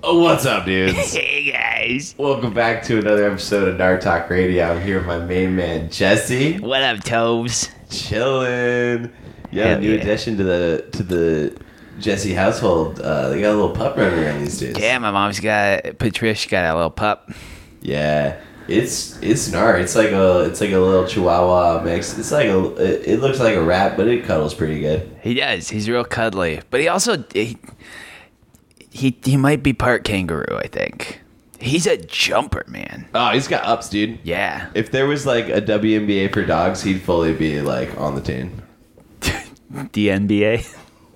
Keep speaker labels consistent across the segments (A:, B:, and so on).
A: What's up, dudes?
B: Hey guys,
A: Welcome back to another episode of Nard Talk Radio. I'm here with my main man Jesse,
B: what up, Tobes?
A: chilling. Yeah,
B: Hell
A: new
B: yeah.
A: addition to the to the Jesse household. Uh, they got a little pup running around these days.
B: Yeah, my mom's got Patricia got a little pup.
A: Yeah, it's it's gnar. It's like a it's like a little Chihuahua mix. It's like a it, it looks like a rat, but it cuddles pretty good.
B: He does. He's real cuddly, but he also he he, he might be part kangaroo. I think he's a jumper, man.
A: Oh, he's got ups, dude.
B: Yeah,
A: If there was like a WNBA for dogs, he'd fully be like on the team.
B: the NBA.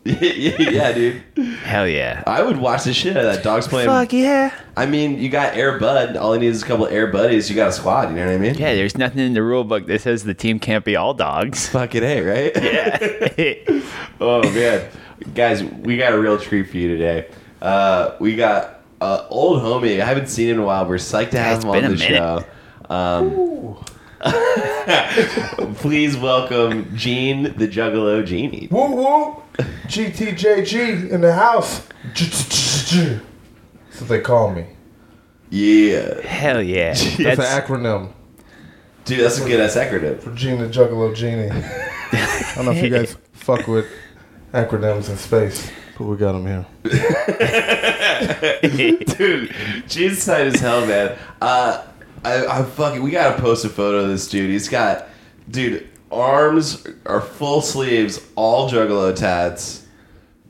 A: yeah, dude.
B: Hell yeah.
A: I would watch the shit out of that. Dogs playing.
B: Fuck yeah.
A: I mean, you got Air Bud. All he needs is a couple Air Buddies. You got a squad. You know what I mean?
B: Yeah, there's nothing in the rule book that says the team can't be all dogs.
A: Fucking A, right?
B: Yeah.
A: oh, man. Guys, we got a real treat for you today. Uh, we got uh, old homie. I haven't seen him in a while. We're psyched to have
B: it's
A: him
B: been
A: on
B: a
A: the
B: minute.
A: show. Um, please welcome Gene the Juggalo Genie.
C: Woo woo! GTJG in the house. That's what they call me.
A: Yeah.
B: Hell yeah.
C: That's
B: That's-
C: an acronym
A: Dude, that's a good ass acronym.
C: for Gina Juggalo Genie. I don't know if you guys fuck with acronyms in space, but we got them here.
A: dude, Gene's tight as hell, man. Uh, I, I fucking, we gotta post a photo of this dude. He's got, dude, arms are full sleeves, all Juggalo tats.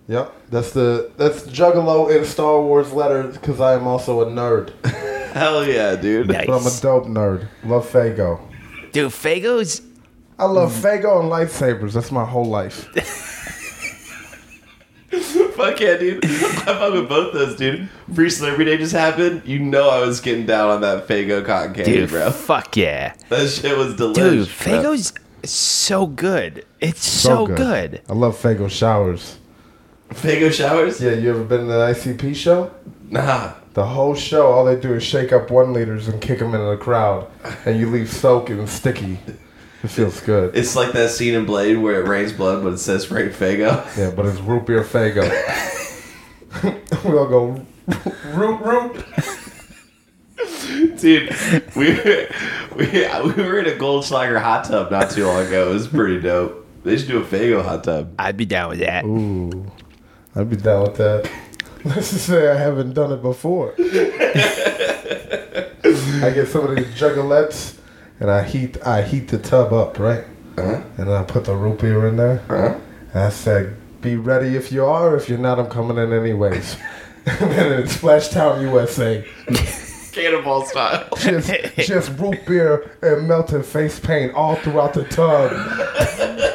C: Yep, that's the that's Juggalo in Star Wars letters because I am also a nerd, but
A: Hell yeah, dude.
C: I'm a
B: nice.
C: dope nerd. Love Fago.
B: Dude, Fago's
C: I love
B: Mm.
C: Fago and lightsabers. That's my whole life.
A: Fuck yeah, dude. I fuck with both those, dude. Free Slavery Day just happened. You know I was getting down on that Fago cotton candy,
B: dude,
A: bro.
B: fuck yeah.
A: That shit was
B: Dude,
A: delicious. bro.
B: Fago's so good. It's so, good.
C: I love Fago showers.
A: Fago showers?
C: Yeah, you ever been to the ICP show?
A: Nah.
C: The whole show, all they do is shake up one liters and kick them into the crowd, and you leave soaking and sticky. It feels good.
A: It's like that scene in Blade where it rains blood, but it says Frank Fago.
C: Yeah, but it's root beer fago. we all go root root.
A: Dude, we were, we, we were in a Goldschlager hot tub not too long ago. It was pretty dope. They should do a Fago hot tub.
B: I'd be down with that.
C: Ooh, I'd be down with that. Let's just say I haven't done it before. I get some of these juggalettes, and I heat I heat the tub up right,
A: Uh-huh.
C: and I put the root beer in there.
A: Huh?
C: I said, "Be ready if you are. If you're not, I'm coming in anyways." and then it's Splashtown USA.
A: Cannonball style.
C: Just, just root beer and melted face paint all throughout the tub.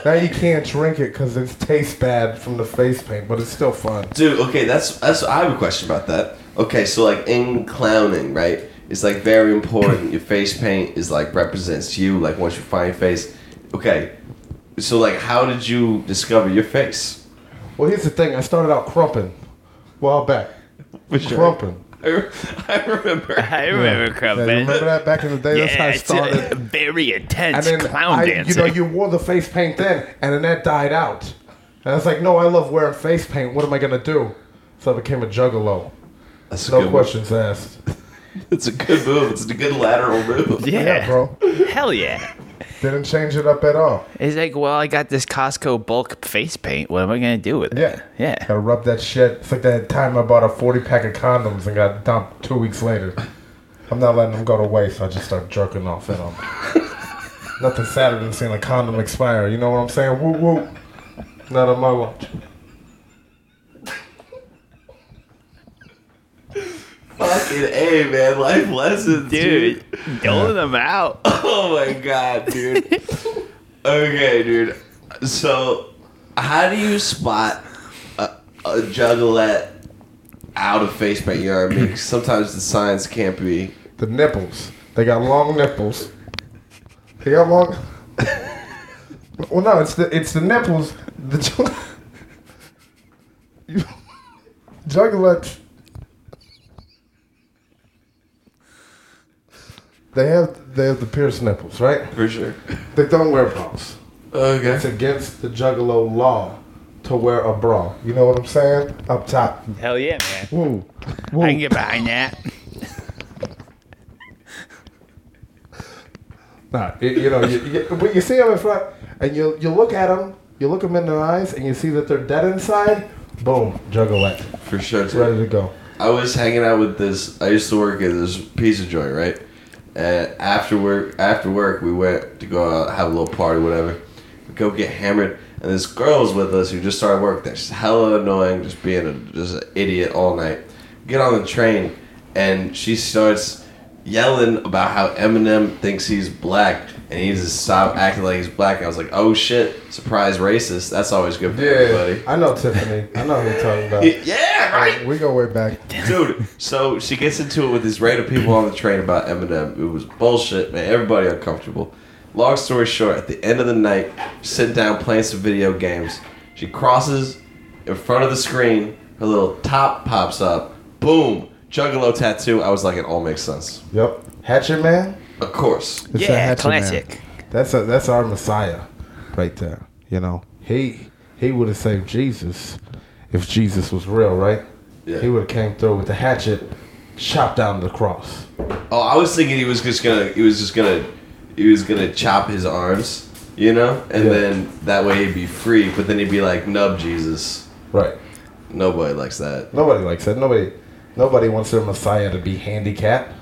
C: now you can't drink it because it tastes bad from the face paint, but it's still fun.
A: Dude, okay, that's that's. I have a question about that. Okay, so like in clowning, right? It's like very important. Your face paint is like represents you. Like once you find your face, okay. So like, how did you discover your face?
C: Well, here's the thing. I started out crumping, while back. Crumping.
A: I, I remember.
B: I remember
C: Yeah, you
B: crumping.
C: remember that back in the day? That's how I
B: it's a-
C: started.
B: very intense
C: and then
B: clown
C: I, you
B: dancing.
C: know, you wore the face paint then, and then that died out. And I was like, no, I love wearing face paint. What am I gonna do? So I became a juggalo.
A: That's a
C: No
A: good
C: questions asked.
A: Move. It's a good move. It's a good lateral move.
B: yeah.
C: Yeah, bro.
B: Hell yeah.
C: Didn't change it up at all.
B: It's like, well, I got this Costco bulk face paint. What am I going to do with it?
C: Yeah.
B: Yeah.
C: Gotta rub that shit. It's like that time I bought a 40 pack of condoms and got dumped two weeks later. I'm not letting them go to waste. I just start jerking off at them. Nothing sadder than seeing a condom expire. You know what I'm saying? Woo woo. Not on my watch.
A: Fucking a man, life lessons,
B: Dude, doling them out.
A: Oh my god, dude. okay, dude. So, how do you spot a, a juggalette out of face E paint? You know what I mean? 'Cause sometimes the signs can't be.
C: The nipples. They got long nipples. They got long. well, no, it's the it's the nipples. The jug- You- juggalettes. They have they have the pierced nipples, right?
A: For sure.
C: They don't wear bras. It's
A: Okay.
C: against the juggalo law to wear a bra. You know what I'm saying? Up top.
B: Hell yeah, man.
C: Woo.
B: I can get behind that.
C: Nah, you, you know, you, you, but you see them in front, and you you look at them, you look them in their eyes, and you see that they're dead inside. Boom, juggalette,
A: for sure. too.
C: ready to go.
A: I was hanging out with this. I used to work at this pizza joint, right? And after work, after work, we went to go out, have a little party, whatever. We go get hammered, and this girl was with us who just started work there. She's hella annoying, just being a, just an idiot all night. Get on the train, and she starts yelling about how Eminem thinks he's black, and he needs to stop acting like he's black. And I was like, oh shit, surprise racist. That's always good for everybody.
C: I know Tiffany. I know who you're talking about.
A: Yeah, right.
C: We go way back.
A: Dude, so she gets into it with these random people on the train about Eminem. It was bullshit, man. Everybody uncomfortable. Long story short, at the end of the night, sitting down playing some video games, she crosses in front of the screen. Her little top pops up. Boom, Juggalo tattoo. I was like, it all makes sense.
C: Yep, Hatchet Man.
A: Of course.
C: It's a
B: yeah,
C: Hatchet Man.
B: classic.
C: That's a, that's our Messiah, right there. You know, he he would have saved Jesus if Jesus was real, right?
A: Yeah.
C: He would have came through with the hatchet, chopped down the cross.
A: Oh, I was thinking he was just gonna. He was just gonna. He was gonna chop his arms, you know, and
C: Yeah.
A: then that way he'd be free. But then he'd be like, "Nub Jesus."
C: Right.
A: Nobody likes that.
C: Nobody likes that. Nobody nobody wants their Messiah to be handicapped.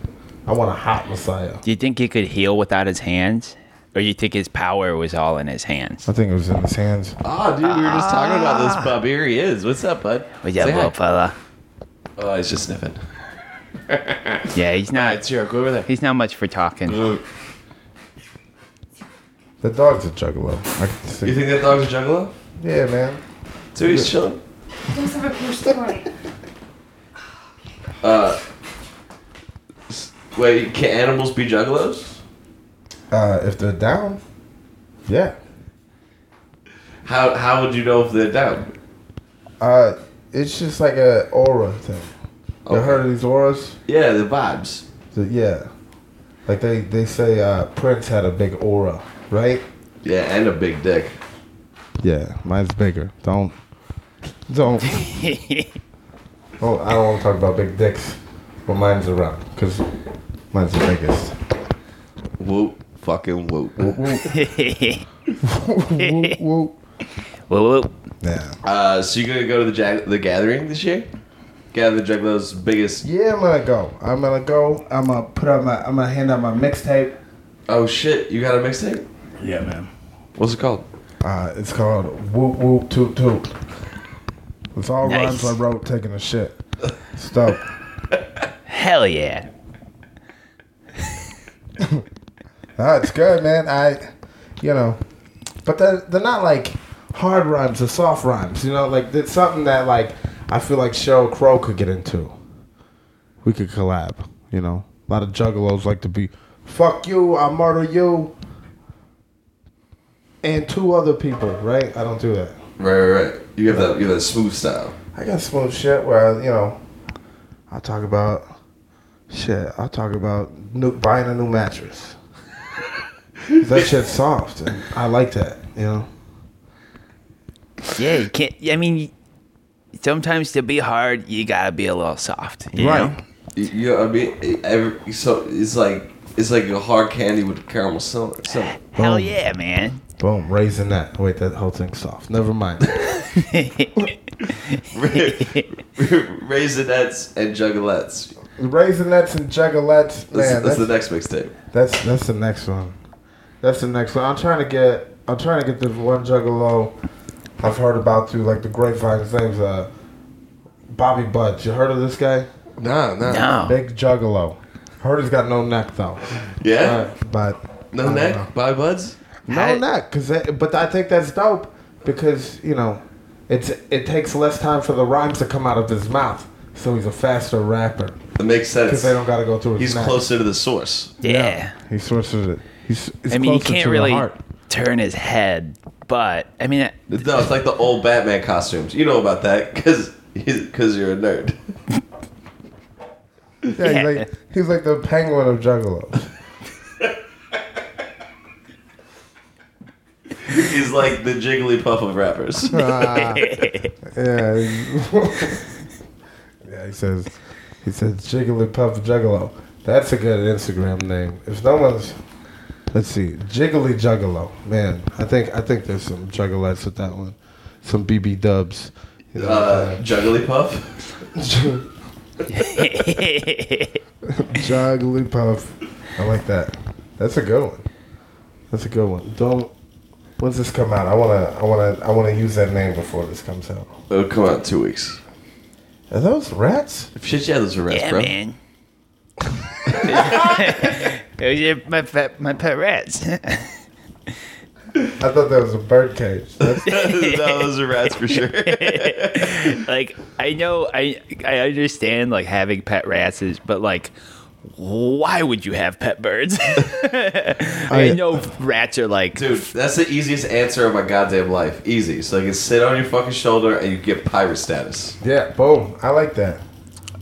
C: I want a hot Messiah.
B: Do you think he could heal without his hands, or you think his power was all in his hands?
C: I think it was in his hands.
A: Ah, dude, we were just talking about this pup. Here he is. What's up, bud?
B: But yeah,
A: Say hi.
B: little fella.
A: Oh, he's just sniffing.
B: Yeah, he's not.
A: Jerk, go over there.
B: He's not much for talking.
A: You
C: The dog's a juggalo. I can see.
A: think that dog's a juggalo?
C: yeah, man.
A: Dude, he's chilling.
D: Let's have a cool story.
A: Wait, can animals be juggalos?
C: Uh, if they're down, yeah.
A: How how would you know if they're down?
C: Uh, it's just like a aura thing. You
A: Okay.
C: heard of these auras?
A: Yeah, the vibes.
C: So, yeah. Like they they say uh, Prince had a big aura, right?
A: Yeah, and a big dick.
C: Yeah, mine's bigger. Don't don't. Oh, I don't want to talk about big dicks, but mine's around because mine's the biggest.
A: Whoop, fucking whoop.
C: whoop, whoop.
B: Whoa, whoa.
C: Yeah.
A: Uh, so you gonna go to the jag- the gathering this year? Gather the juggalos' biggest.
C: Yeah, I'm gonna go. I'm gonna go. I'm gonna put out my. I'm gonna hand out my mixtape.
A: Oh shit, you got a mixtape?
C: Yeah, man.
A: What's it called?
C: Uh, it's called Whoop Whoop Toot Toot. It's all
B: Nice.
C: rhymes I wrote taking a shit. Stop.
B: Hell yeah.
C: Nah, it's good, man. I, you know, but they're, they're not like hard rhymes or soft rhymes. You know, like it's something that like I feel like Sheryl Crow could get into. We could collab. You know, a lot of juggalos like to be, fuck you, I murder you, and two other people. Right? I don't do that.
A: Right, right, right. You have that you have that smooth style.
C: I got smooth shit where you know, I talk about shit. I talk about new, buying a new mattress. that shit's soft, and I like that. You know,
B: Yeah, you can't. I mean, sometimes to be hard, you gotta be a little soft. you know?
A: You- You know, what I mean, every, so it's like it's like a hard candy with caramel cinnamon. cinnamon.
B: Hell
C: Boom.
B: yeah, man.
C: Boom, raising that. Wait, that whole thing's soft. Never mind.
A: Raisinettes and juggalettes.
C: raising that's and juggalettes,
A: That's,
C: man.
A: that's
C: That's
A: the
C: that's,
A: next mixtape.
C: that's the next one. That's the next one. I'm trying to get. I'm trying to get the one juggalo I've heard about through like the grapevine. His name's uh, Bobby Buds. You heard of this guy?
A: Nah, nah.
B: No.
C: Big Juggalo. Heard he's got no neck though.
A: Yeah?
C: Uh, but
A: no
C: I
A: neck?
C: don't
A: Bye, buds?
C: know.
B: I-
C: No neck, cause that, but I think that's dope because you know, it's it takes less time for the rhymes to come out of his mouth, so he's a faster rapper
A: That makes
C: because
A: sense.
C: they don't got to go through his
A: He's
C: neck.
A: closer to the source.
B: Yeah.
C: He sources it. He's. It's
B: I mean, you
C: closer
B: can't
C: to the
B: really
C: heart.
B: turn his head, but I mean,
A: No, it's like the old Batman costumes. You know about that because because you're a nerd.
C: Yeah,
B: Yeah.
C: He's, like, he's like the penguin of juggalos.
A: He's like the Jigglypuff of rappers.
C: Ah, yeah. yeah. He says, He said Jigglypuff Juggalo. That's a good Instagram name. If no one's, let's see, Jiggly Juggalo. Man, I think I think there's some juggalettes with that one, some BB Dubs. You know,
A: Uh, Jugglypuff.
C: Jigglypuff. I like that. That's a good one. That's a good one. Don't. When's this come out? I wanna, I wanna, I wanna use that name before this comes out.
A: It'll Oh, come out in two weeks.
C: Are those rats?
A: Shit, yeah, those are rats,
B: Yeah,
A: bro.
B: man. Those are my pet, my pet rats.
C: I thought that was a bird cage. That's,
A: no, those are rats for sure.
B: like I know I I understand like having pet rats is, but like why would you have pet birds? I,
C: I-
B: know rats are like
A: Dude, that's the easiest answer of my goddamn life. Easy. So you can sit on your fucking shoulder and you get pirate status.
C: yeah, boom. I like that.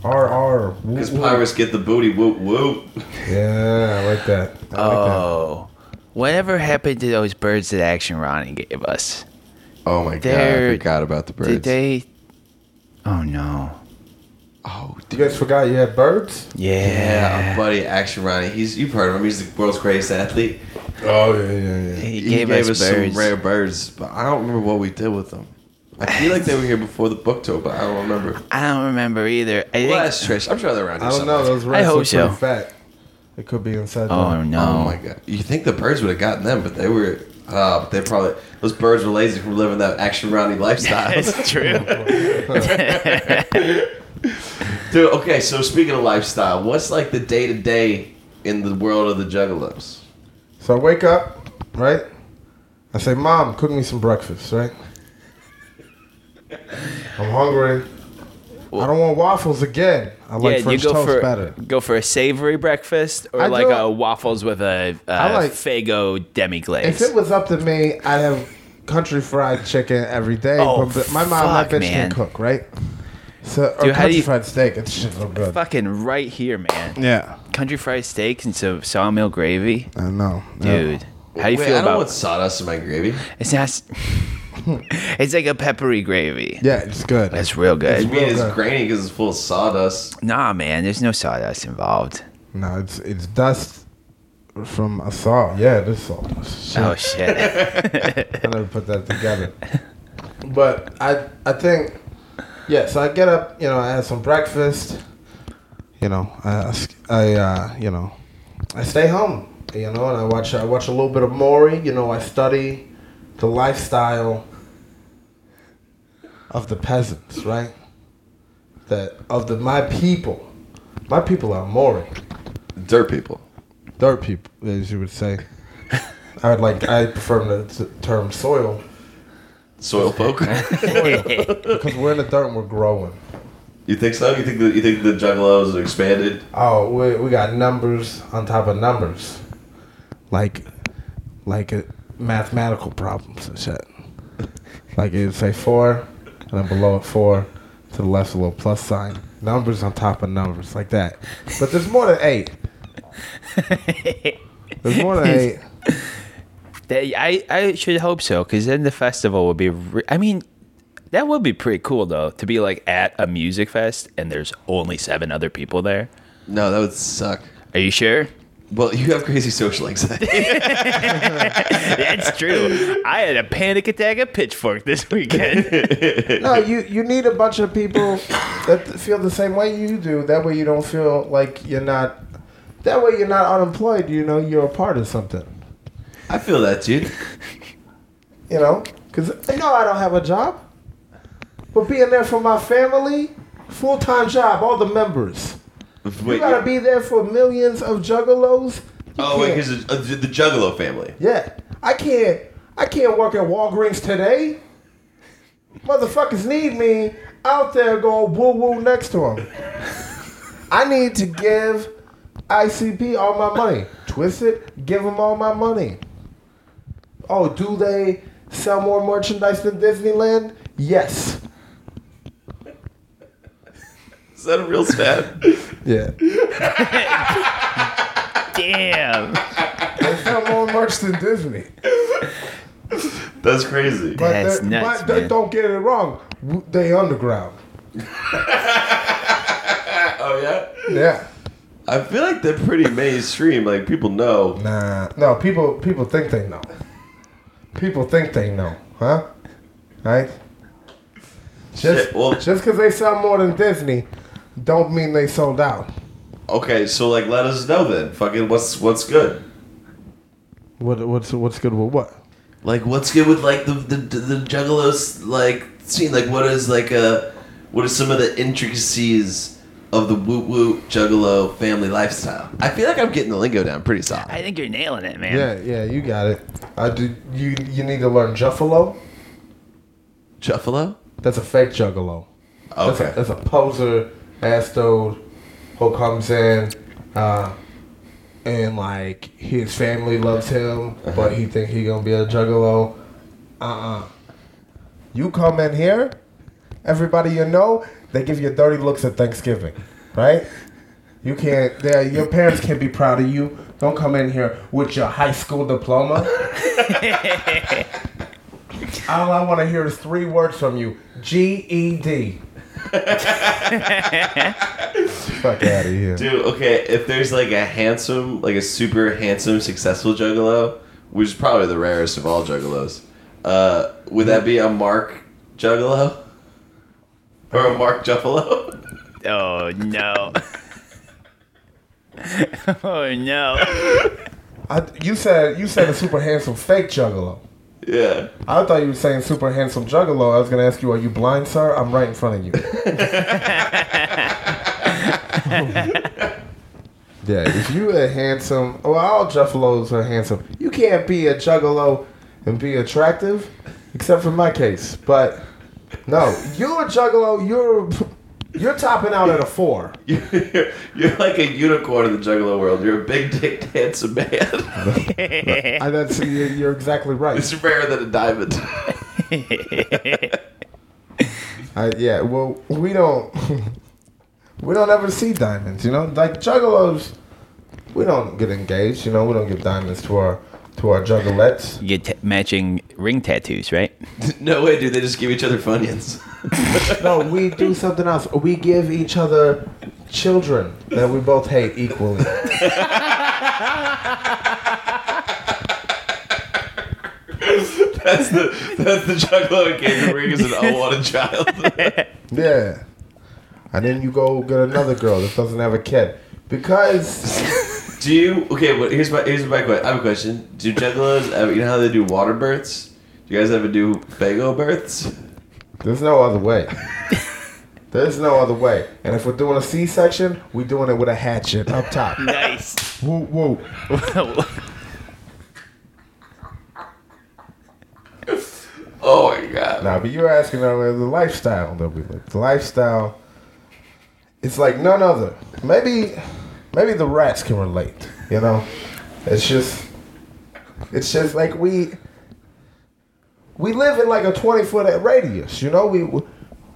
C: R R.
A: Because pirates get the booty. Whoop whoop.
C: Yeah, I like that. I like
B: oh. Whatever happened to those birds that Action Ronnie gave us?
A: Oh my god,
B: They're-
A: I forgot about the birds.
B: Did they? Oh no!
A: Oh,
C: that.
A: dude.
C: You guys forgot you had birds?
A: Yeah,
B: Yeah,
A: our buddy Action Ronnie. He's you've heard of him. He's the world's greatest athlete.
C: Oh yeah, yeah, yeah.
B: he gave, us, birds.
A: some rare birds, but I don't remember what we did with them. I feel like they were here before the book tour, but I don't remember.
B: I don't remember either. I
A: Well,
B: think.
A: that's Trish. I'm sure they're around here.
C: I don't know.
A: somewhere.
C: Those rats
B: hope
C: are pretty
B: so.
C: fat. It could be inside.
B: Oh
C: the-
B: no!
A: Oh my god! You think the birds would have gotten them, but they were. Uh, but they probably those birds were lazy from living that action Ronnie lifestyle.
B: That's true.
A: Dude, okay. So speaking of lifestyle, what's like the day to day in the world of the juggalos?
C: So I wake up, right? I say, Mom, cook me some breakfast, right? I'm hungry. I don't want waffles again. I like
B: yeah, you
C: French
B: go
C: toast
B: for
C: better.
B: go for a savory breakfast or
C: I
B: like
C: do-
B: a waffles with a,
C: I
B: uh
C: like-
B: Fago demi
C: If
B: glaze.
C: it was up to me, I'd have country fried chicken every day.
B: Oh,
C: but my mom, my
B: fuck,
C: bitch,
B: man.
C: can cook, right? So
B: Dude, how
C: or
B: do
C: country
B: you-
C: fried steak. It's shit so good.
B: Fucking right here, man.
C: Yeah,
B: Country fried steak and some sawmill gravy,
C: I know, Yeah.
B: dude. How do you
A: Wait,
B: feel
A: I don't
B: about
A: want sawdust in my gravy.
B: it's not? s- it's like a peppery gravy.
C: Yeah, it's good.
B: That's real
A: I
B: good.
A: mean, it's
C: good.
A: grainy because it's full of sawdust.
B: Nah, man, there's no sawdust involved.
C: no, it's it's dust from a saw. Yeah, this saw. Shit.
B: Oh shit!
C: I never put that together. But I I think yeah. So I get up, you know, I have some breakfast. You know, I I uh, you know, I stay home. You know, and I watch I watch a little bit of Maury. You know, I study the lifestyle of the peasants, right? That of the my people, my people are Maury
A: Dirt people.
C: dirt people, as you would say. I would like I prefer the t- term soil.
A: Soil folk.
C: Because we're in the dirt and we're growing.
A: you think so? You think the, you think the juggalos are expanded?
C: Oh, we, we got numbers on top of numbers. Like, like uh mathematical problems and shit. Like it would say four, and then below it four, to the left's a little plus sign. Numbers on top of numbers, like that. But there's more than eight. There's more than eight.
B: They- I I should hope so, because then the festival would be. Re- I mean, that would be pretty cool though to be like at a music fest and there's only seven other people there.
A: No, that would suck.
B: Are you sure?
A: Well, you have crazy social anxiety.
B: That's true. I had a panic attack at Pitchfork this weekend.
C: No, you you need a bunch of people that feel the same way you do. That way you don't feel like you're not. That way you're not unemployed. You know you're a part of something.
A: I feel that, dude.
C: You know, because no, I don't have a job, but being there for my family, full time job, all the members.
A: Wait,
C: You gotta be there for millions of juggalos. You
A: oh, wait,
C: can't-
A: because the, uh, the Juggalo family.
C: yeah, I can't. I can't work at Walgreens today. Motherfuckers need me out there going woo woo next to them. I need to give ICP all my money. Twist it, give them all my money. Oh, do they sell more merchandise than Disneyland? Yes.
A: Is that a real stat?
C: Yeah.
B: Damn.
C: They sell more merch than Disney.
A: That's crazy.
C: But
B: That's
C: they,
B: nuts,
C: but they
B: man.
C: don't get it wrong. They underground.
A: Oh yeah.
C: Yeah.
A: I feel like they're pretty mainstream. Like people know.
C: Nah. No, people people think they know. People think they know, huh? Right? Just
A: Shit, well-
C: just because they sell more than Disney, don't mean they sold out.
A: Okay, so like let us know then. Fucking what's what's good?
C: What what's what's good with what?
A: Like what's good with like the the the, the juggalos like scene? Like what is like uh what are some of the intricacies of the woot woot juggalo family lifestyle? I feel like I'm getting the lingo down pretty solid.
B: I think you're nailing it, man.
C: Yeah, yeah, you got it. I do. You you need to learn Juffalo.
A: Juffalo.
C: That's a fake Juggalo. That's a,
A: Okay.
C: that's a poser ass dude who comes in, uh, and like his family loves him, but he think he gonna be a Juggalo. Uh uh You come in here, everybody you know, they give you dirty looks at Thanksgiving, right? You can't. they- Your parents can't be proud of you. Don't come in here with your high school diploma. All I want to hear is three words from you: E GED. Fuck out of here.
A: Dude, okay, if there's like a handsome, like a super handsome, successful juggalo, which is probably the rarest of all juggalos, uh, would that be a Mark juggalo? Or a Mark Juffalo?
B: Oh no. oh no.
C: I, you said you said a super handsome fake juggalo.
A: yeah.
C: I thought you were saying super handsome juggalo. I was gonna ask you, are you blind, sir? I'm right in front of you. yeah, if you a handsome, well, all juggalos are handsome. You can't be a juggalo and be attractive, except for my case. But no, you're a juggalo. You're you're topping out at a four.
A: You're, you're like a unicorn in the juggalo world. You're a big dick handsome man.
C: I, that's you're, you're exactly right.
A: it's rarer than a diamond.
C: I, yeah, well, we don't, we don't ever see diamonds, you know. Like juggalos, we don't get engaged, you know. We don't give diamonds to our to our juggalettes.
B: You get t- matching ring tattoos, right?
A: no way, dude. They just give each other funyuns.
C: No, we do something else. We give each other children that we both hate equally.
A: That's the that's the juggalo game. The ring is an unwanted child.
C: Yeah, and then you go get another girl that doesn't have a kid because
A: Do you okay? Well, here's my here's my question. I have a question. Do juggalos? ever- You know how they do water births? Do you guys ever do fago births?
C: there's no other way. There's no other way. And if we're doing a C-section, we're doing it with a hatchet up top.
B: Nice.
C: Whoa, whoa.
A: Oh my god!
C: Nah, but you were asking earlier the lifestyle that we live. The lifestyle, it's like none other. Maybe, maybe the rats can relate. You know, it's just, it's just like we, we live in like a twenty foot radius. You know, we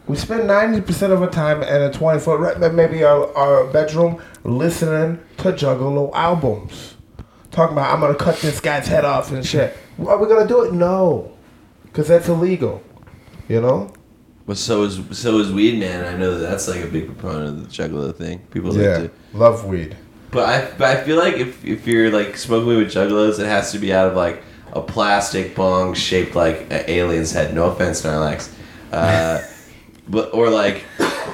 C: we spend ninety percent of our time in a twenty foot, ra- maybe our our bedroom listening to Juggalo albums, talking about I'm gonna cut this guy's head off and shit. Are we gonna do it? No. Because that's illegal. You know?
A: Well, so is so is weed, man. I know that that's like a big proponent of the juggalo thing. People like to,
C: Love weed.
A: but I but I feel like if if you're like smoking weed with juggalos, it has to be out of like a plastic bong shaped like an alien's head. No offense, Narlax. Uh, but or like,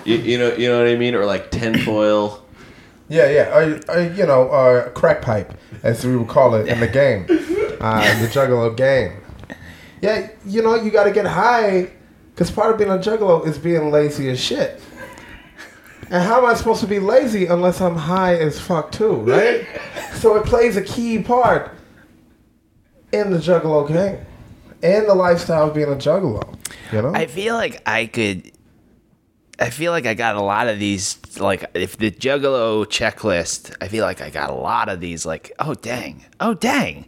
A: you, you know you know what I mean, or like tinfoil.
C: Yeah, yeah. Or, or, you know, or crack pipe, as we would call it in the game. Uh, the juggalo game. Yeah, you know, you got to get high. Because part of being a juggalo is being lazy as shit. And how am I supposed to be lazy unless I'm high as fuck too, right? so it plays a key part in the juggalo game. And the lifestyle of being a juggalo. You know?
B: I feel like I could. I feel like I got a lot of these. Like, if the Juggalo checklist, I feel like I got a lot of these. Like, oh dang, oh dang,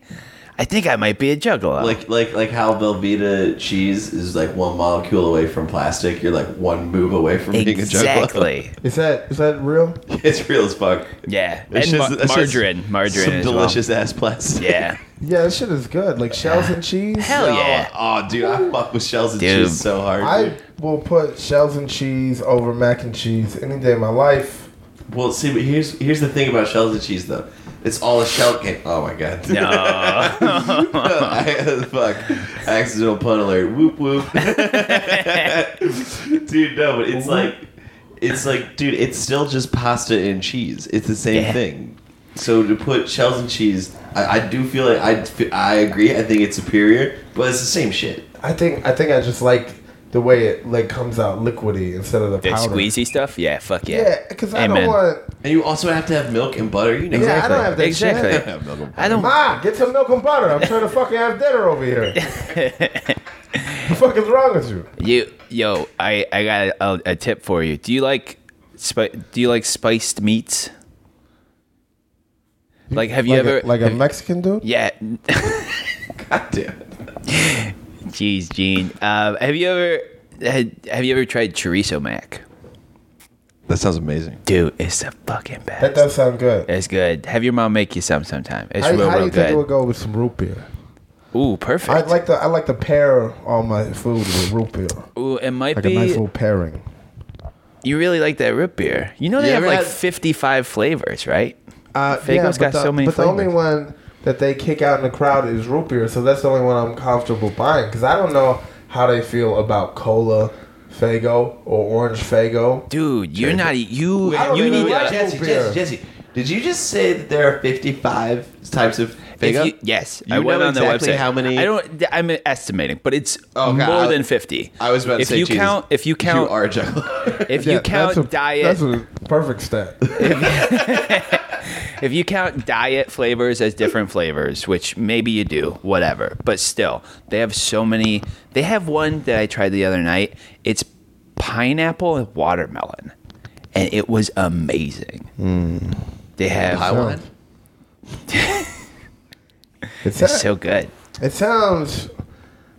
B: I think I might be a Juggalo.
A: Like like like how Velveeta cheese is like one molecule away from plastic. You're like one move away from being a juggalo.
B: exactly.
C: is that is that real?
A: It's real as fuck.
B: Yeah,
A: It's
B: and mar-
A: just- it's just
B: margarine, margarine,
A: Some
B: as well.
A: delicious ass plastic.
B: Yeah,
C: Yeah, that shit is good. Like shells and cheese.
B: hell yeah.
A: Oh, oh, dude, I fuck with shells and
B: Dude.
A: cheese so hard.
C: I
A: dude.
C: will put shells and cheese over mac and cheese any day of my life.
A: Well, see, but here's here's the thing about shells and cheese though. It's all a shell game. Oh my god.
B: No.
A: I, fuck. Accidental pun alert. Whoop whoop. dude, no, but it's like, it's like, dude, it's still just pasta and cheese. It's the same
B: Yeah.
A: thing. So to put shells and cheese, I, I do feel like I, f- I agree. I think it's superior, but it's the same shit.
C: I think I think I just like the way it like comes out liquidy instead of the
B: the
C: powder.
B: squeezy stuff? Yeah, fuck yeah.
C: Yeah, because I don't
B: Amen.
C: want.
A: And you also have to have milk and butter. You know,
C: Yeah, I don't have that
B: Exactly.
C: shit.
A: have milk and butter.
B: I don't.
C: Ma, get some milk and butter. I'm trying to fucking have dinner over here. the fuck is wrong with you?
B: You yo, I I got a, a tip for you. Do you like spi- do you like spiced meats? Like have you
C: like
B: ever
C: a, like a Mexican dude?
B: Yeah,
A: God damn. it.
B: jeez, Gene. Um, have you ever had, have you ever tried chorizo mac?
A: That sounds amazing.
B: Dude, it's the fucking
C: That
B: best.
C: does sound good.
B: It's good. Have your mom make you some sometime. It's
C: How,
B: real,
C: how do
B: real
C: you think it would
B: good.
C: go with some root beer?
B: Ooh, perfect.
C: I like to I like to pair all my food with root beer,
B: Ooh, it might
C: like a
B: be.
C: nice little pairing.
B: you really like that root beer. You know they
A: You
B: have
A: ever
B: like
A: had-
B: 55 flavors, right?
C: Uh,
B: Fago's got
C: the,
B: so many
C: But the only one that they kick out in the crowd is root beer, so that's the only one I'm comfortable buying because I don't know how they feel about cola, Fago, or orange Fago.
B: Dude, you're not e, you.
C: I don't
B: you
C: really
B: need
C: like
B: to.
A: uh,
C: it.
A: Jesse,
C: Apple beer.
A: Jesse, Jesse, did you just say that there are 55 types of
B: If
A: Fago?
B: you- yes,
A: You
B: I went
A: know
B: on
A: exactly
B: their website.
A: how many-
B: I don't. th- I'm estimating, but it's
A: Oh, God,
B: more
A: I-
B: than fifty.
A: I was about to
B: if
A: say
B: you
A: Jesus,
B: count, if you count,
A: you are a juggler.
B: if you count diet,
C: That's a perfect stat.
B: if you count diet flavors as different flavors, which maybe you do, whatever. But still, they have so many. They have one that I tried the other night. It's pineapple and watermelon, and it was amazing. They have
A: Hmm. I want.
C: It's
B: it's so good.
C: It sounds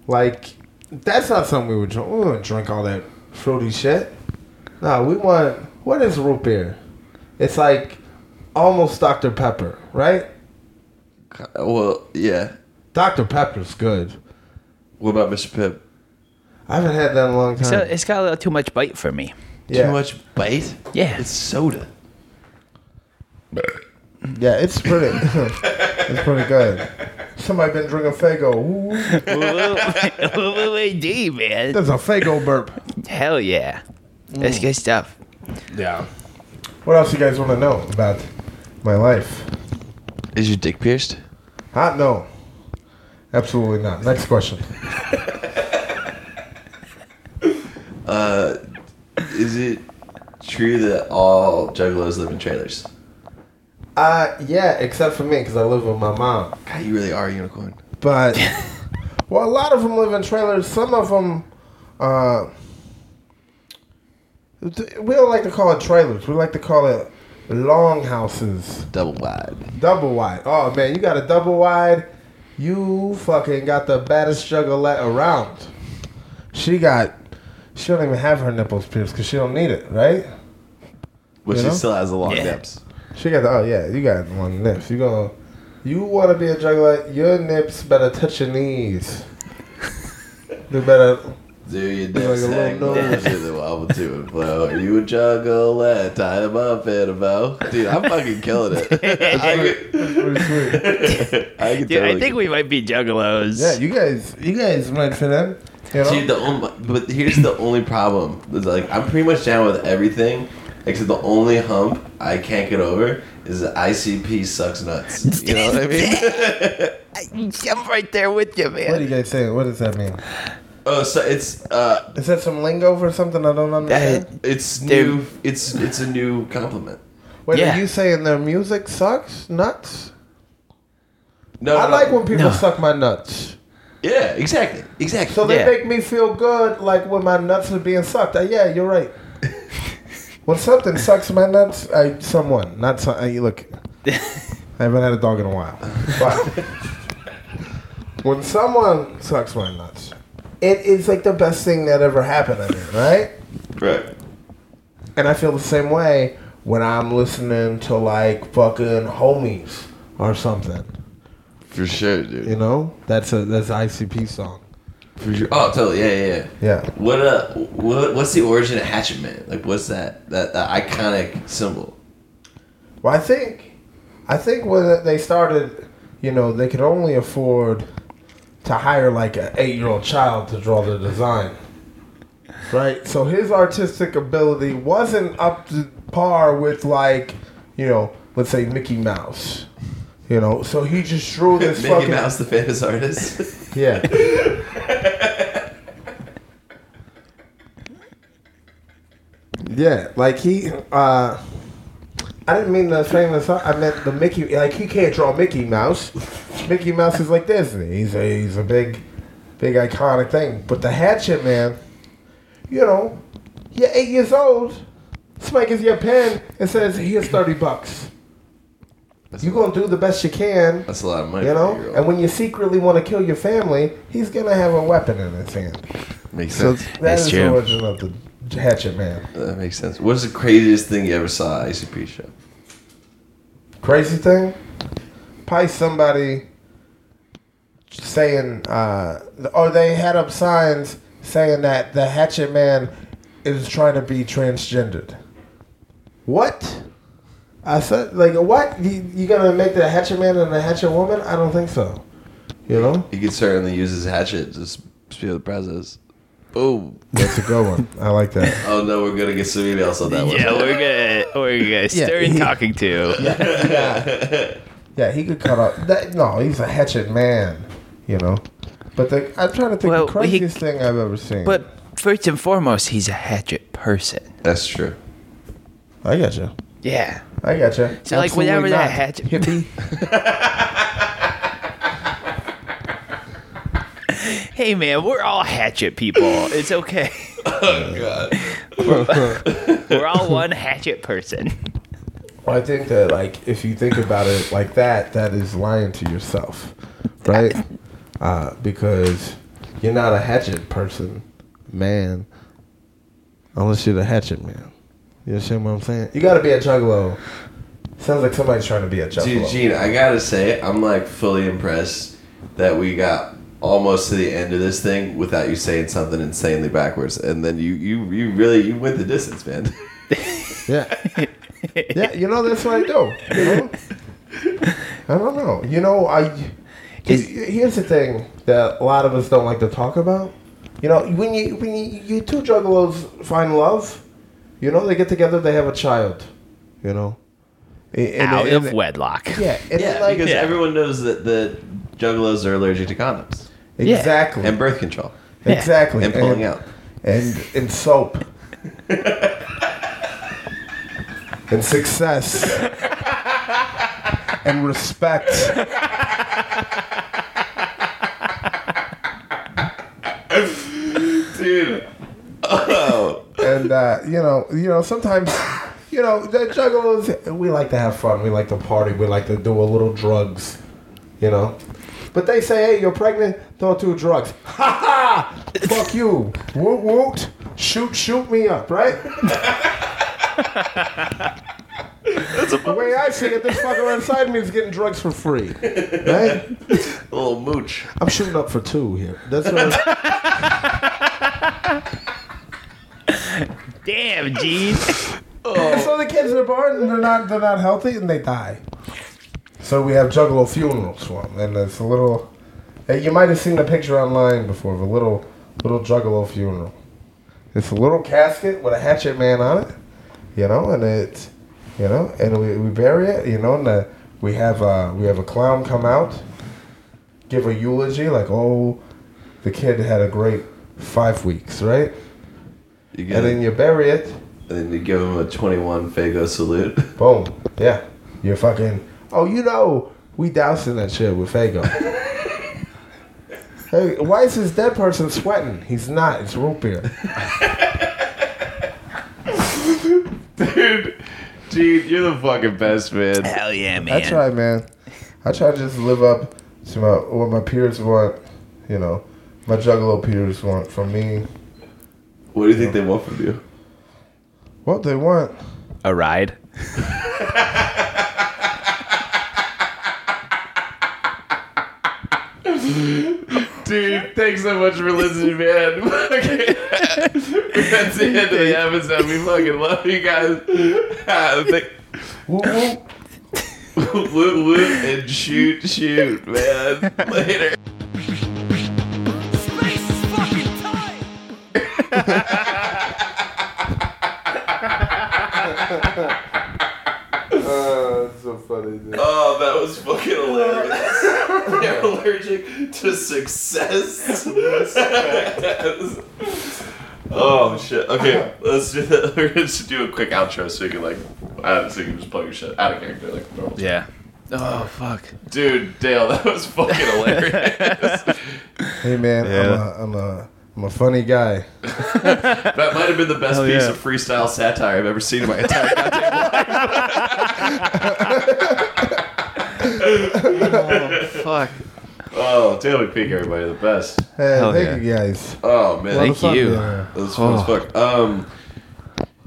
C: like that's not something we would drink. We wouldn't drink all that fruity shit. No, we want what is root beer? It's like almost Dr Pepper, right?
A: Well, yeah.
C: Dr Pepper's good.
A: What about Mr. Pip?
C: I haven't had that in a long time.
B: So it's got a little too much bite for me.
C: yeah,
A: Too much bite?
B: Yeah.
A: It's soda.
C: yeah, it's pretty. it's pretty good. Somebody been drinking Fago. Ooh,
B: D man.
C: that's a Fago burp.
B: Hell yeah.
C: Mm.
B: That's good stuff.
C: Yeah. What else you guys want to know about my life?
A: Is your dick pierced?
C: Hot no. Absolutely not. Next question.
A: Is it true that all juggalos live in trailers?
C: Uh, yeah, except for me because I live with my mom.
A: God, you really are a unicorn.
C: But well, a lot of them live in trailers. Some of them, uh, th- we don't like to call it trailers. We like to call it long houses,
A: Double wide.
C: double wide. Oh man, you got a double wide. You fucking got the baddest juggalette around. She got. She don't even have her nipples pierced because she don't need it, right?
A: Which
C: You
A: she
C: know?
A: still has the long
B: Yeah.
A: nips.
C: She got the oh yeah, you got one nips. You gonna you wanna be a juggler, your nips better touch your knees. they better
A: Do your
C: like a
A: nips
C: little
A: hang
C: nose.
A: loose in the wobble to and fro? Are you a juggalette? Tie them up in a bow. Dude, I'm fucking killing it. I could,
C: pretty sweet.
A: I could
B: Dude,
A: totally
B: I think we might be juggalos.
C: Yeah, you guys you guys meant for them. You know?
A: Dude, the only, but here's the only problem. It's like I'm pretty much down with everything, except the only hump I can't get over is that ICP sucks nuts. You know what I mean?
B: I'm right there with you,
C: what do
B: man.
C: you guys saying? What does that mean?
A: oh, so it's uh,
C: Is that some lingo for something I don't understand?
B: That-
A: it's
B: Dude.
A: new. It's it's a new compliment.
C: Wait,
B: yeah.
C: are you saying their music sucks? Nuts?
A: No,
C: I
A: no,
C: like
A: no.
C: when people
B: No.
C: suck my nuts.
A: Yeah, exactly, exactly.
C: So they
B: Yeah.
C: make me feel good like when my nuts are being sucked. Uh, yeah, you're right. when something sucks my nuts, I someone, not some, I, look. I haven't had a dog in a while. But when someone sucks my nuts, it is like the best thing that ever happened to me, right?
A: right.
C: And I feel the same way when I'm listening to like fucking homies or something.
A: For sure, dude.
C: You know? That's a that's an ICP song.
A: For sure. Oh, totally. Yeah, yeah, yeah.
C: Yeah.
A: What uh, what, what's the origin of Hatchet Man? Like, what's that that, that iconic symbol?
C: Well, I think, I think when they started, you know, they could only afford to hire like an eight-year-old child to draw the design, right? So his artistic ability wasn't up to par with like, you know, let's say Mickey Mouse, you know. So he just drew this
A: Mickey
C: fucking
A: Mouse, the famous artist.
C: yeah. yeah, like he. uh I didn't mean the famous. I meant the Mickey. Like he can't draw Mickey Mouse. Mickey Mouse is like Disney. He's a he's a big, big iconic thing. But the Hatchet Man, you know, you're eight years old. Somebody gives you a pen and says, "Here's thirty bucks.
A: That's
C: You gonna do the best you can."
A: That's a lot of money.
C: You know,
A: for a year-old.
C: and when you secretly want to kill your family, he's gonna have a weapon in his hand.
A: makes
C: So
A: sense.
C: that
B: That's
C: is
B: true.
C: the origin of the Hatchet Man.
A: that makes sense. What's the craziest thing you ever saw at ICP show?
C: Crazy thing, probably somebody saying, uh, or they had up signs saying that the Hatchet Man is trying to be transgendered. What? I said, like, what? You, you gonna make the Hatchet Man and the Hatchet Woman? I don't think so. You know.
A: He could certainly use his hatchet to s- spear the process. Boom.
C: That's a good one. I like that.
A: Oh no, we're gonna get some emails on that
B: Yeah,
A: one.
B: we're gonna we're gonna stern
C: he-
B: talking to.
C: Yeah, he could cut up. That, no, he's a hatchet man, you know. But the, I'm trying to think
B: Well,
C: the
B: well, he-
C: craziest thing I've ever seen.
B: But first and foremost, he's a hatchet person.
A: That's true.
C: I got you.
B: Yeah.
C: I got you.
B: So, like, whenever that hatchet-
C: hippie.
B: Hey, man, we're all hatchet people. It's okay.
A: God.
B: We're all one hatchet person.
C: I think that like if you think about it like that, that is lying to yourself, right? Uh, because you're not a hatchet person, man, unless you're the hatchet man. You understand what I'm saying? You got to be a juggalo. Sounds like somebody's trying to be a juggalo.
A: Dude, Gene, I gotta say, I'm like fully impressed that we got almost to the end of this thing without you saying something insanely backwards, and then you you you really you went the distance, man.
C: Yeah. yeah, you know, that's what I do. You know? I don't know. You know, I.
B: Is-
C: here's the thing that a lot of us don't like to talk about. You know, when you when you, you two juggalos find love, you know, they get together, they have a child. You know, And- and-
B: Out
C: and-
B: of wedlock.
C: Yeah, and
A: Yeah,
C: like,
A: because
B: Yeah.
A: everyone knows that the juggalos are allergic to condoms
C: exactly,
A: and birth control
C: exactly,
A: and pulling out.
C: and and soap and success and respect
A: Dude. Oh.
C: and uh, you know you know sometimes you know the juggalos we like to have fun we like to party we like to do a little drugs you know but they say hey you're pregnant don't do drugs ha ha fuck you woot woot shoot shoot me up right the way I see it, this fucker inside me is getting drugs for free. Right?
A: little mooch.
C: I'm shooting up for two here. That's what
B: Damn, Gene.
C: I'm, so the kids are born and they're not they're not healthy and they die. So we have juggalo funerals for them, and it's a little. uh, You might have seen the picture online before of a little little juggalo funeral. It's a little casket with a hatchet man on it, you know, and it's you know, and we, we bury it, you know, and uh we have uh, we have a clown come out, give a eulogy like, oh, the kid had a great five weeks, right?
A: You get
C: And
A: it.
C: then you bury it.
A: And then you give him a 21 Fago salute.
C: Boom. Yeah. You're fucking. Oh, you know, we dousing that shit with Fago. hey, why is this dead person sweating? He's not. It's root beer.
A: Dude, Gene, you're the fucking best, man.
B: Hell yeah,
C: I
B: man.
C: try, man. I try to just live up to my what my peers want. You know, my juggalo peers want from me.
A: What do you think they want from you?
C: What they want.
B: A ride.
A: Dude, thanks so much for listening, man. That's the end of the episode. We fucking love you guys.
C: Woo, woo.
A: Woot woot and shoot shoot, man. Later.
E: Space is fucking tight!
C: Uh, that's so funny, dude.
A: Oh, that was fucking hilarious. They're allergic to success. oh shit. Okay, let's do We're gonna just do a quick outro so you can like, uh, so you can just plug your shit out of character like normal.
B: Yeah. Oh fuck.
A: Dude, Dale, that was fucking hilarious.
C: Hey, man,
B: Yeah.
C: I'm, a, I'm, a, I'm a funny guy.
A: that might have been the best
B: Hell
A: piece
B: yeah.
A: of freestyle satire I've ever seen in my entire goddamn
B: Fuck.
A: Oh, Taylor Peak, everybody, the best.
C: Hey,
B: Hell
C: thank
B: yeah.
C: you guys.
A: Oh man,
B: Thank
C: What's up,
B: you.
C: yeah?
A: that was fun as fuck. Um,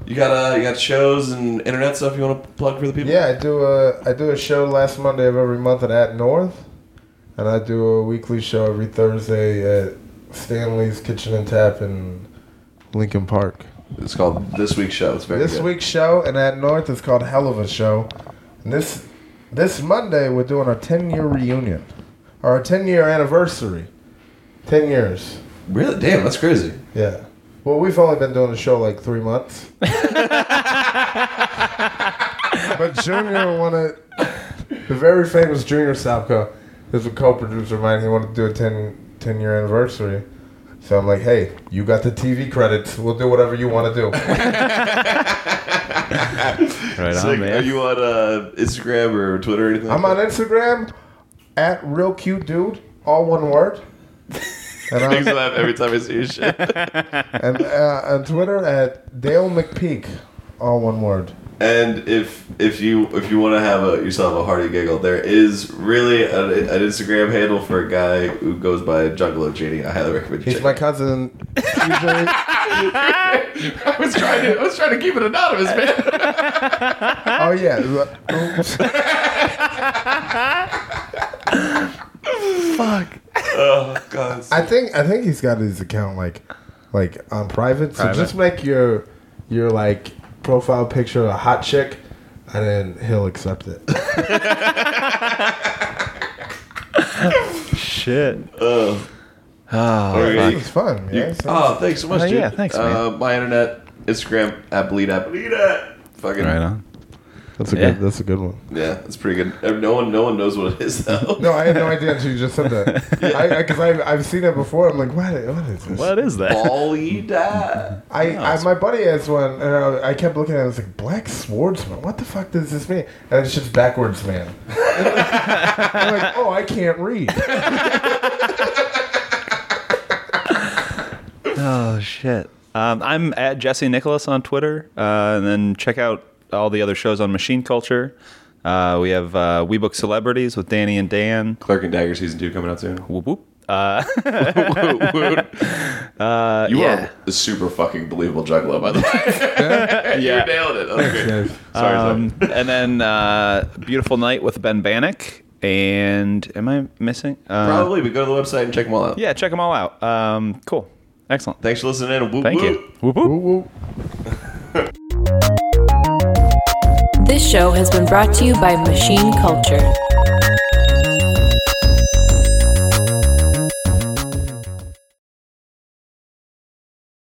A: you got uh, you got shows and internet stuff you want to plug for the people?
C: Yeah, I do a I do a show last Monday of every month at At North, and I do a weekly show every Thursday at Stanley's Kitchen and Tap in Lincoln Park.
A: it's called this week's show. It's very
C: This
A: good.
C: week's show and At North is called Hell of a Show, and this this Monday we're doing our ten year reunion, our ten year anniversary, ten years.
A: Really? Damn, that's crazy.
C: Yeah. Well, we've only been doing the show like three months. but Junior wanted the very famous Junior Sapko is a co-producer of mine. He wanted to do a 10, 10 year anniversary. So I'm like, hey, you got the TV credits. We'll do whatever you want to do.
B: Right
A: It's
B: on,
A: like, are
B: man.
A: you on uh, Instagram or Twitter or anything?
C: I'm on Instagram at real cute dude, all one word. And
A: Things
C: on,
A: laugh every time I see your shit.
C: and, uh, on Twitter at Dale McPeak, all one word.
A: and if if you if you want to have a yourself a hearty giggle, there is really a, an Instagram handle for a guy who goes by Juggalo Genie. I highly recommend. you
C: He's
A: check
C: my
A: it.
C: cousin. Usually,
A: I was trying to I was trying to keep it anonymous, man.
C: oh yeah.
A: oh God.
C: I think I think he's got his account like like on private.
B: Private.
C: So just make your your like profile picture a hot chick, and then he'll accept it.
B: Shit.
A: Oh.
B: Oh,
A: Alright.
B: fuck.
C: it's fun.
A: You-
C: Yeah. So-
A: oh, thanks so much,
B: Oh,
A: dude.
B: yeah, thanks, man.
A: Uh, my internet, Instagram at bleed at bleed at. Fucking
B: Right on.
C: that's a
B: yeah.
C: good. That's a good one.
A: yeah, that's pretty good. Uh, No one, no one knows what it is though.
C: No, I had no idea until you just said that. Because I, I, 'cause I've, I've seen it before. I'm like, what? What is this?
B: What is that?
A: bleed at.
C: I, I my buddy has one, and I, I kept looking at. it, I was like, black swordsman. What the fuck does this mean? And it's just backwards man. I'm like, oh, I can't read.
B: Oh shit. Um, I'm at Jesse Nicholas on Twitter, uh, and then check out all the other shows on Machine Culture. Uh, we have uh, We Book Celebrities with Danny and Dan.
A: Clerk and Dagger season two coming out soon.
B: Whoop whoop. Uh,
A: Woot, woot. you
B: yeah.
A: are a super fucking believable juggler, by the way.
B: Yeah.
A: you nailed it. Okay.
C: Yes.
A: Sorry,
B: Um, and then uh, Beautiful Night with Ben Bannock. And am I missing? Uh,
A: sorry. Probably, but go to the website and check them all out.
B: Yeah, check them all out. Um, cool. Excellent.
A: Thanks for listening. and Woot,
B: Thank
A: woot.
B: you. Whoop whoop.
C: Woo, woo.
F: This show has been brought to you by Machine Culture.